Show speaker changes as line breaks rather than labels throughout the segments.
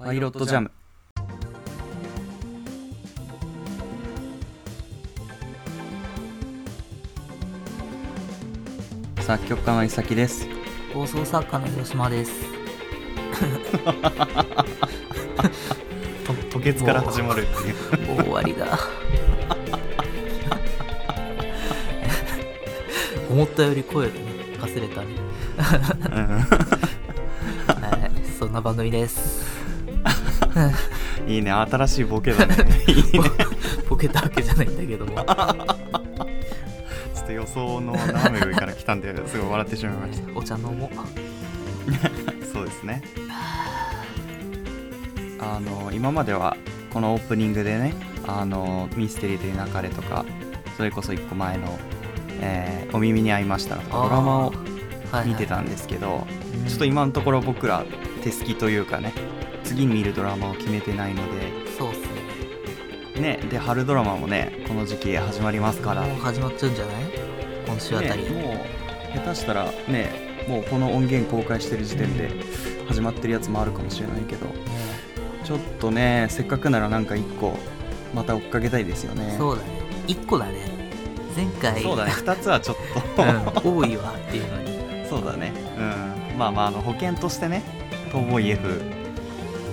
パイロットジャム。作曲家のいさきです。
放送作家の広島 です
と吐血から始 まるっていう
もう終わりだ 思ったより声がねかすれたね はいそんな番組です
いいね新しいボケだ ねいいね
ボケたわけじゃないんだけ ども
ちょっと予想の斜め上から来たんですごい笑ってしまいまし
お茶飲もう
たそうですね
あの今まではこのオープニングでねあのミステリーで泣かれとかそれこそ一個前の、えーお耳に合いました」とか
あー
ドラマを
はいはい
見てたんですけど、
うん
ちょっと今のところ僕ら手すきというかね次見るドラマを決めてないの
そうっすね
でねで春ドラマもねこの時期始まりますから、
もう始まっちゃうんじゃない今週あたり、
ねもう下手したらねもうこの音源公開してる時点で始まってるやつもあるかもしれないけど
ね
ちょっとねせっかくならなんか一個また追っかけたいですよね
そうだね1個だね前回
そうだね2つはちょっと、
うん、多いわっていうのに
そうだね
うん、まあまああの保険としてね「逃亡イエフ」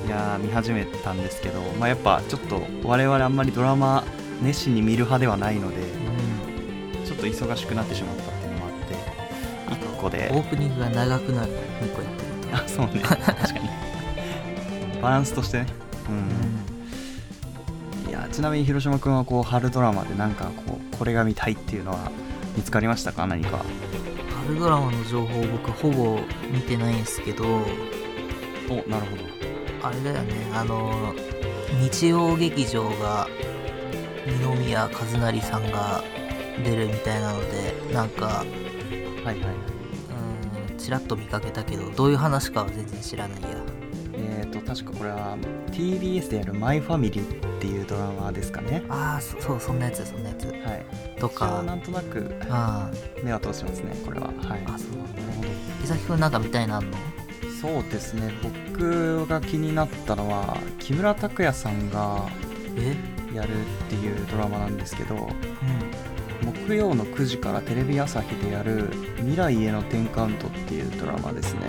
いやー見始めたんですけど、まあ、やっぱちょっと我々あんまりドラマ熱心に見る派ではないので
うん
ちょっと忙しくなってしまったっていうのもあって1個
オ
で
ープニングが長くなる2個やってると
あそうね確かにバランスとしてねうんいやーちなみに広島君はこう春ドラマでなんかこうこれが見たいっていうのは見つかりましたか何か
春ドラマの情報僕ほぼ見てないんですけど
おなるほど
あれだよねあの日曜劇場が二宮和也さんが出るみたいなのでなんか
はいはい
うんちらっと見かけたけどどういう話かは全然知らないや
えっ、ー、と確かこれは TBS でやる「マイファミリー」っていうドラマですかね
ああそそうそんなやつそんなやつ
はい
と
私は
か
なんとなく
あ
目は通しますねこれははい
あそうなんだ
なるほど
伊崎くんなんか見たいなあんの
そうですね僕が気になったのは木村拓哉さんが
え
やるっていうドラマなんですけど木曜の9時からテレビ朝日でやる「未来への10カウント」っていうドラマですね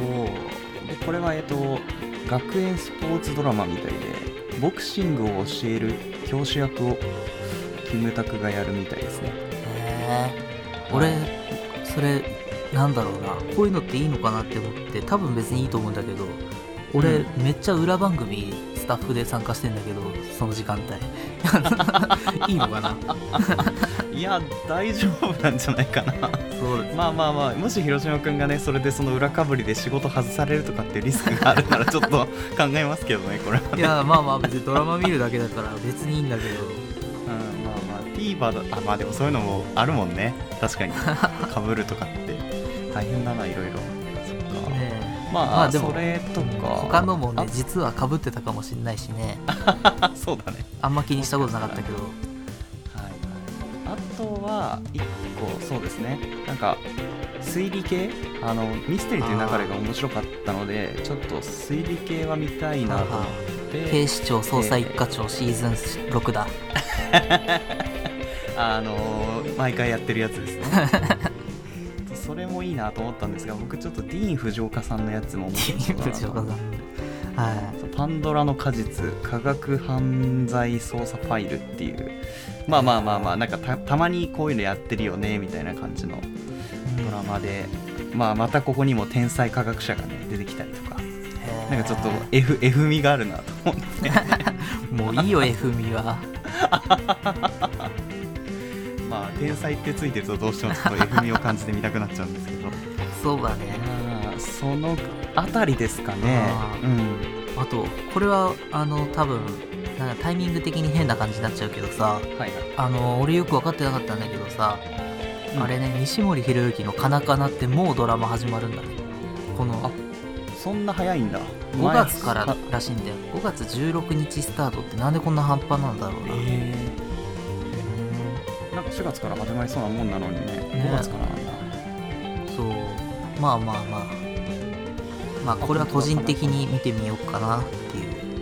うんお
でこれはえっと学園スポーツドラマみたいでボクシングを教える教師役をキムタクがやるみたいですね
へえ俺それなんだろうなこういうのっていいのかなって思って多分別にいいと思うんだけど俺、
う
めっちゃ裏番組スタッフで参加してんだけどその時間帯 いいのかない
や大丈夫なんじゃないかな
そう
まあまあまあもし広島君がねそれでその裏かぶりで仕事外されるとかっていうリスクがあるならちょっと考えますけどねこれは、
いやまあまあ別にドラマ見るだけだから別にいいんだけど
うん、まあまあ TVer だあまあでもそういうのもあるもんね 確かにかぶるとかって大変だないろいろそっか、
ね
まあ、
まあで
で
も
もそれとか
他のもね
あ
実はかぶってたかもしれないしね
あそうだね
あんま気にしたことなかったけど
はいあとは一個そうですねなんか推理系あのミステリーという流れが面白かったのでちょっと推理系は見たいなと思って
警視庁捜査一課長シーズン6だ
あのー毎回やってるやつで すねそれもいいなと思ったんですが僕ちょっとディーン・フジオカさんのやつも面白そうだな
藤岡さんはい
パンドラの果実科学犯罪捜査ファイルっていうまあまあまあまあなんかたたまにこういうのやってるよねみたいな感じのドラマで、まあ、またここにも天才科学者がね出てきたりとかなんかちょっと F, F 味があるなと思って
もういいよ F みは
まあ天才ってついてるとどうしてもちょっと F 味を感じてみたくなっちゃうんですけど
そうだね
まあそのあたりですかね
あ、ー
うん、
あとこれはあの多分なんかタイミング的に変な感じになっちゃうけどさ
はい
あの俺よく分かってなかったんだけどさ、
うん
あれね西森弘之の「カナカナ」ってもうドラマ始まるんだねこの
あそんな早いんだ
5月から
前
らしいんだよ5月16日スタートってなんでこんな半端なんだろうな、
えーなんか4月から始まりそうなもんなのにね5月からなんだ
そうまあまあまあまあこれは個人的に見てみようかなっていう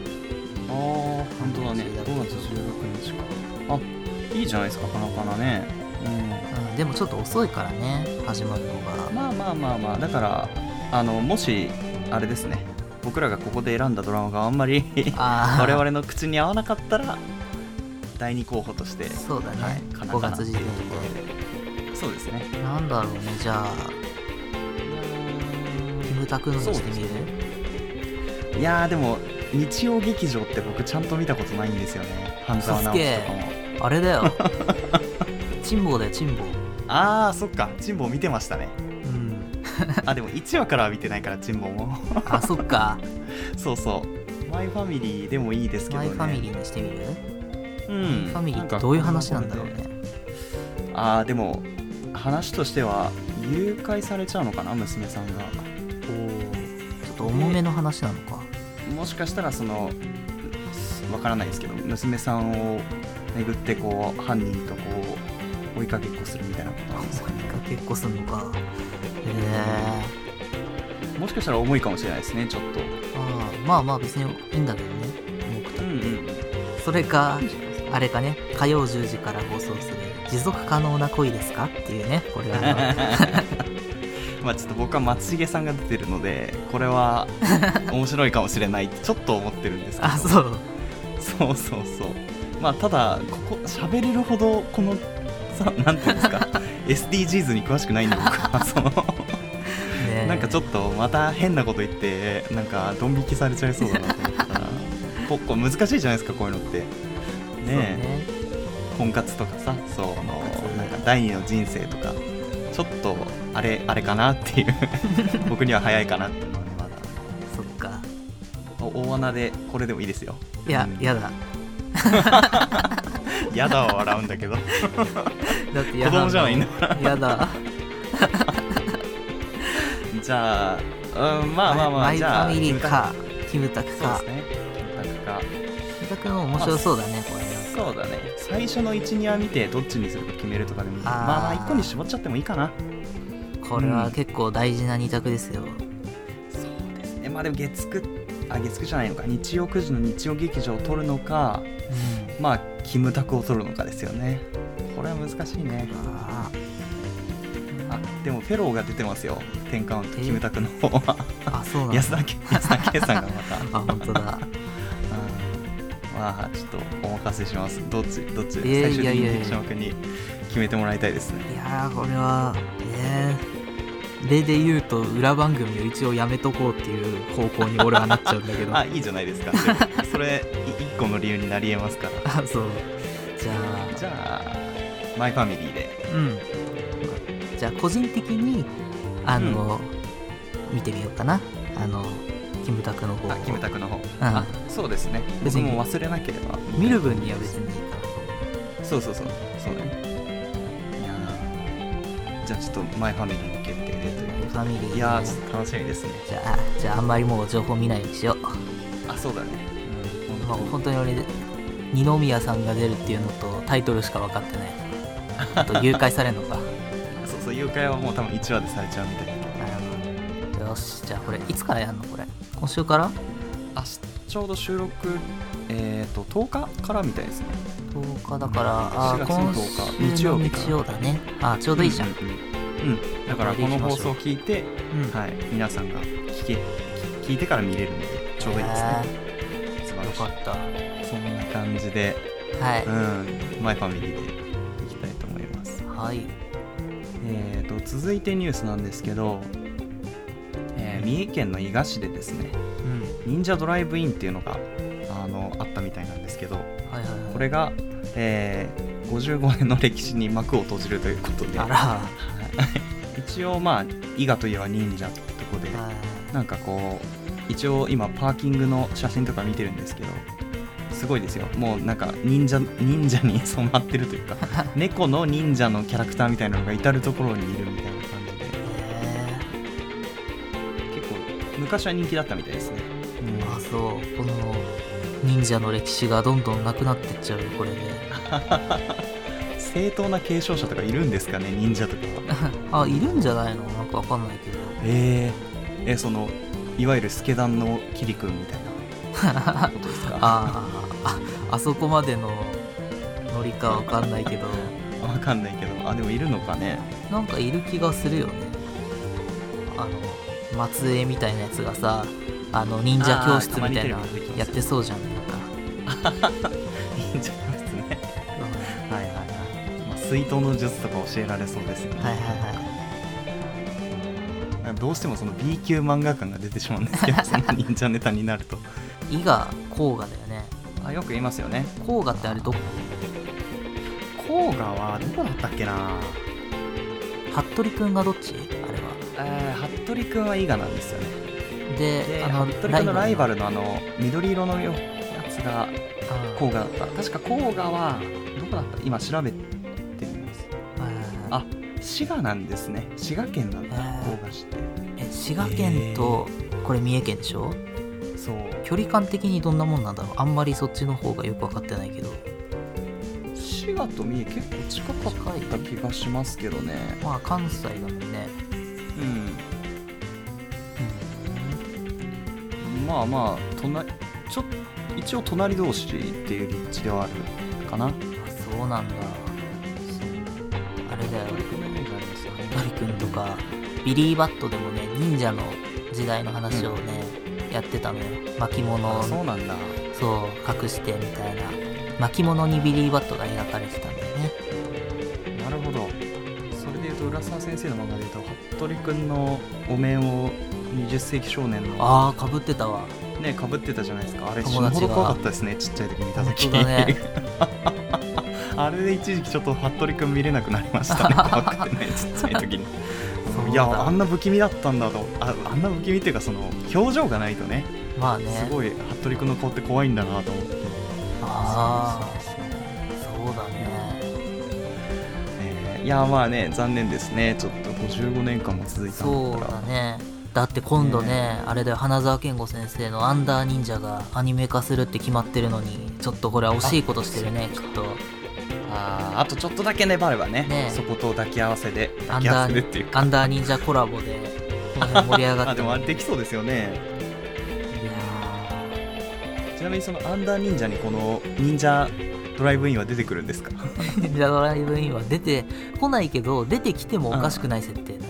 ああ本当だね5月16日かあいいじゃないですかなかなかねうん
うん、でもちょっと遅いからね始まるのが
まあまあまあまあだからあのもしあれですね僕らがここで選んだドラマがあんまり
あー
我々の口に合わなかったら第2候補として
そうだね、
はいかな
5
かな
月時点
そうですね
でなんだろうねじゃあキムタクのにしてみる
いやーでも日曜劇場って僕ちゃんと見たことないんですよね半沢直樹とかも
あれだ よ辛抱だよ辛抱
あーそっかチンボ見てました ね
うん
あでも1話からは見てないからチンボも
あそっか
そうそうマイファミリーでもいいですけど
マ
ね
イファミリーにしてみる
うん
ファミリーってどういう話なんだろうね
ああでも話としては誘拐されちゃうのかな娘さんが
ちょっと重めの話なのか
もしかしたらそのわからないですけど娘さんを巡ってこう犯人とこう追いかけっこするみたいなことなんですかね
結構すんのかへ
もしかしたら重いかもしれないですねちょっと
えまあまあ別にいいんだけどね重くた
う
っ
ん
て
うん
それかあれかね火曜10時から放送する「持続可能な恋ですか?」っていうねこれ は
まあちょっと僕は松重さんが出てるのでこれは面白いかもしれないってちょっと思ってるんですけど
あそう
そうそうそうまあただここ喋れるほどこのさなんていうんです か SDGs に詳しくないんで僕 はその
ね
なんかちょっとまた変なこと言ってなんかドン引きされちゃいそうだなと思った らここ難しいじゃないですかこういうのってね
と
え婚活とかさそうあのなんか第二の人生とかちょっとあれあれかなっていう 僕には早いかなっていうのはねまだ
そっか
お大穴でこれでもいいですよ
いや
うん
やだ
やだは笑うんだ けど子
だってやだ
供じゃないんだ
や だ
じゃあ、うん、まあまあま
マ
あ、
イ
じ
フ
ゃあ、
ァミリーかキムタク
キムタク。
か
そうですね。キムタクか。
キムタクの面白そうだねこれ
そうだね。最初の1、2話見て、どっちにするか決めるとかでもいい。
あー
まあ、1個に絞っちゃってもいいかな。
これは結構大事な二択ですよ
そうですね。まあ、でも月9、あ、月9じゃないのか。日曜9時の日曜劇場を取るのか、
うん
まあ、キムタクを取るのかですよね。これは難しいね。
あ
あ、でも、フェローが出てますよ。転換
え
キムタクの方は。
ーあそうなんだ
安 田け安田圭さんがまた。
あ本当だ
うんまあちょっとお任せしますどっちどっ
い
ち
や
最
い
終
や
的
いや
にフィクション君に決めてもらいたいですね
いやーこれはね例で言うと裏番組を一応やめとこうっていう方向に俺はなっちゃうんだ けど
あいいじゃないですか でもそれい一個の理由になりえますから
あそうじゃあ
じゃあマイファミリーで
うんじゃあ個人的にあの、見てみようかなあのキムタクの方を
あキムタクの方、
あ
あそうですね
別
僕
に
も忘れなければ
見る分には別にいいかな
そうそうそうそうねいやーじゃあちょっとマイファミリーの決定でという
ファミリー、ね、
いやーちょっと楽しみですね
じゃあじゃああんまりもう情報見ないようにしよう、
あそうだねうん
まあ、本当に俺二宮さんが出るっていうのとタイトルしか分かってないあと誘拐されるの か
そうそう誘拐はもう多分1話でされちゃうみたいな
なるほどよしじゃあこれいつからやんのこれ今週から
明日ちょうど収録、えー、と10日からみたいですね
10日だからあ
4月の
今
10日
週の
日曜日か
日曜だねあちょうどいいじゃん、
う
うん
うんうんうんだからこの放送を聞いて、
ん
はい、皆さんが聞け聞聞いてから見れるのでちょうどいいですね
え
素
ー
晴
よ
らし
かったはい
そんな感じで、うん、マイファミリーでいきたいと思います
はい
えー、と続いてニュースなんですけど、えー三重県の伊賀市でですね
うん
忍者ドライブインっていうのがあのあったみたいなんですけど
はいはいはい
これが、えー55年の歴史に幕を閉じるということで
あらは
一応まあ伊賀といえば忍者ってとこで
い
なんかこう一応今パーキングの写真とか見てるんですけどすごいですよもうなんか忍者忍者に染まってるという か猫の忍者のキャラクターみたいなのが至る所にいるみたいな感じで
え
結構昔は人気だったみたいですね、うん
ーあそうこの忍者の歴史がどんどんなくなってっちゃうよこれで
正当な継承者とかいるんですかね忍者とかは
あいるんじゃないのなんかわかんないけど
えーえそのいわゆるスケダンのキリ君みたいなことですか
あーああそこまでのノリかわかんないけど
わかんないけどあでもいるのかね
なんかいる気がするよねあの末裔みたいなやつがさあの忍者教室みたいな
あーたまにテレビで出てきます
やってそうじゃんなんか、
いいんじゃないですねはいはいはい、まあ、水筒の術とか教えられそうですよね、
うんはいはいは
なんかどうしてもその B 級漫画感が出てしまうんです けどその忍者ネタになると
い伊賀甲賀だよね
あよく言いますよね
甲賀ってあれどこ
甲賀はどこだったっけな
服部くんがどっちあれは
えー、服部君は伊賀なんですよね
で
で
あの
服部君のライバ
ル
ルのあの緑色のよやつが甲賀だった確か甲賀はどこだった今調べてみます
あ
あ滋賀なんですね滋賀県なんだ
へー
甲賀市って
え滋賀県とこれ三重県でしょ
そう
距離感的にどんなもんなんだろうあんまりそっちの方がよく分かってないけど
滋賀と三重結構近かった気がしますけどね
まあ関西だもんね
うんまあまあ隣ちょ一応隣同士っていう立地ではあるかな
あそうなんだあれだよハルくんとかビリー・バットでもね忍者の時代の話をね、やってたのよ巻物を
あそうなんだ
そう隠してみたいな巻物にビリー・バットが描かれてたんだよね
なるほどそれでいうと浦沢先生の漫画でいうと服部君のお面を20世紀少年の
ああかぶってたわ
ねかぶってたじゃないですかあれ死
友
ぬ
達が
ほど怖かったですねちっちゃい時見た時、
本当だね
あれで一時期ちょっと服部君見れなくなりました ね怖くてねちっちゃい時に
そうだ
いやあんな不気味だったんだとああんな不気味っていうかその表情がないとね
まあね
すごい服部君の顔って怖いんだなと思って
あ
そうそうそ
あそ
う
うだね
えーいやまあね残念ですねちょっと55年間も続いたん
そ
だ
う
った
だ
ら
ねだって今度ね
ね
あれだよ花澤健吾先生の「アンダー忍者」がアニメ化するって決まってるのにちょっとこれは惜しいことしてるねきっと
あーあとちょっとだけ粘ればね
ね
そこと抱き合わせで
ア
抱
ン
き合
ダ
わせでっていう
ー
か
アンダー忍者コラボでこの辺盛り上が
あ
って
でもあれできそうですよね
いや
ちなみにそのアンダー忍者にこの忍者ドライブインは出てくるんですか
ー忍者ドライブインは出てこないけど出てきてもおかしくない設定だね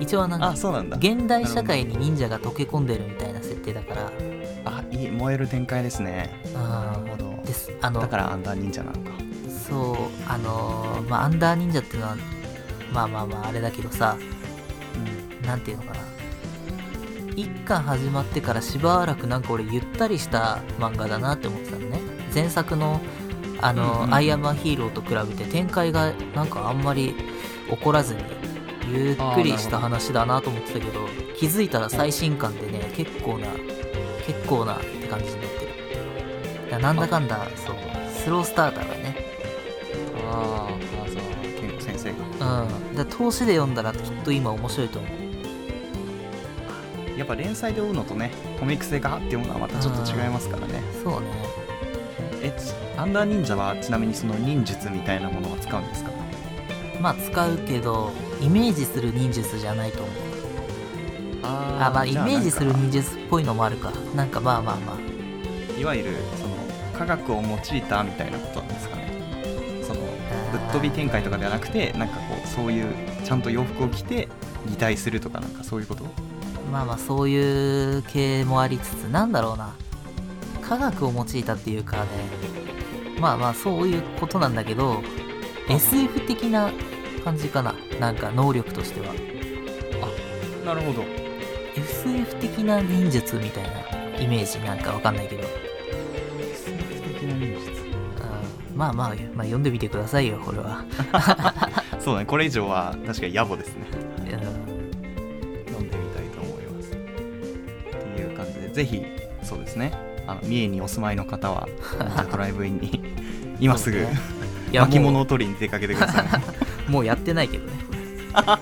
一応はなんか
あそうなんだ
現代社会に忍者が溶け込んでるみたいな設定だから
あいい燃える展開ですねなるほ
う
ど
んですあの
だからアンダー忍者なのか
そうあのーまあアンダー忍者っていうのはまあまあまああれだけどさなんていうのかな一巻始まってからしばらくなんか俺ゆったりした漫画だなって思ってたのね前作の「あのー
うんうんうん
アイアムアヒーロー」と比べて展開がなんかあんまり起こらずにゆっくりした話だなと思ってたけど気づいたら最新巻でね結構な結構なって感じになってるだからなんだかんだそうスロースターターがね
ああ花澤健吾先生が
うん、だ投資で読んだらきっと今面白いと思う
やっぱ連載で追うのとねコミックスでガーって読むのはまたちょっと違いますからね
そうね
えちアンダー忍者はちなみにその忍術みたいなものは使うんですか
まあ使うけどイメージする忍術じゃないと思う
あ
あまあイメージする忍術っぽいのもあるかなんかまあまあまあ
いわゆるその科学を用いたみたいなことなんですかねそのぶっ飛び展開とかではなくてなんかこうそういうちゃんと洋服を着て擬態するとかなんかそういうこと
まあまあそういう系もありつつなんだろうな科学を用いたっていうかねまあまあそういうことなんだけど SF 的な感じかななんか能力としては
なるほど
SF 的な忍術みたいなイメージなんかわかんないけど
SF 的な忍術
うんまあまあ、まあ、読んでみてくださいよ、これは。
そうだねこれ以上は確かに野暮ですね
うん
読んでみたいと思いますっていう感じでぜひそうですねあの三重にお住まいの方 は忍者ドライブインに今すぐ、
そうねいや
巻物
も
を取りに出かけてください、ね、
うもうやってないけどね。
そうで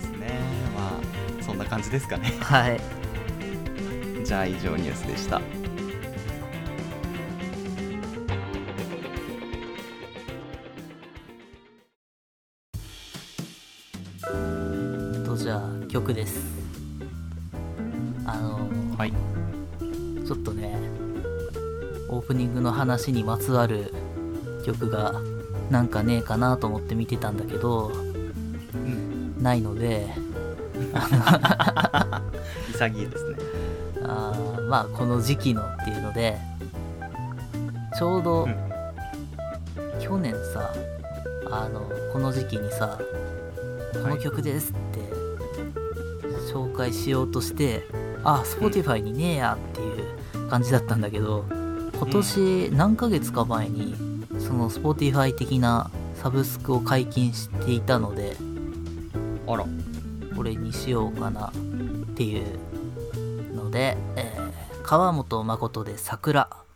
すねまあそんな感じですかね
はい。
じゃあ以上ニュースでした
とじゃあ、今曲ですあの
はい
ちょっとねオープニングの話にまつわる曲がなんかねえかなと思って見てたんだけど
うん
ないので
潔いですね
あーまあこの時期のっていうのでちょうど、
うん
去年さあのこの時期にさ「この曲です」って紹介しようとして、あ Spotify にねえやっていう感じだったんだけど今年何ヶ月か前にその Spotify 的なサブスクを解禁していたので
あら
これにしようかなっていうので、えー川本誠で「桜」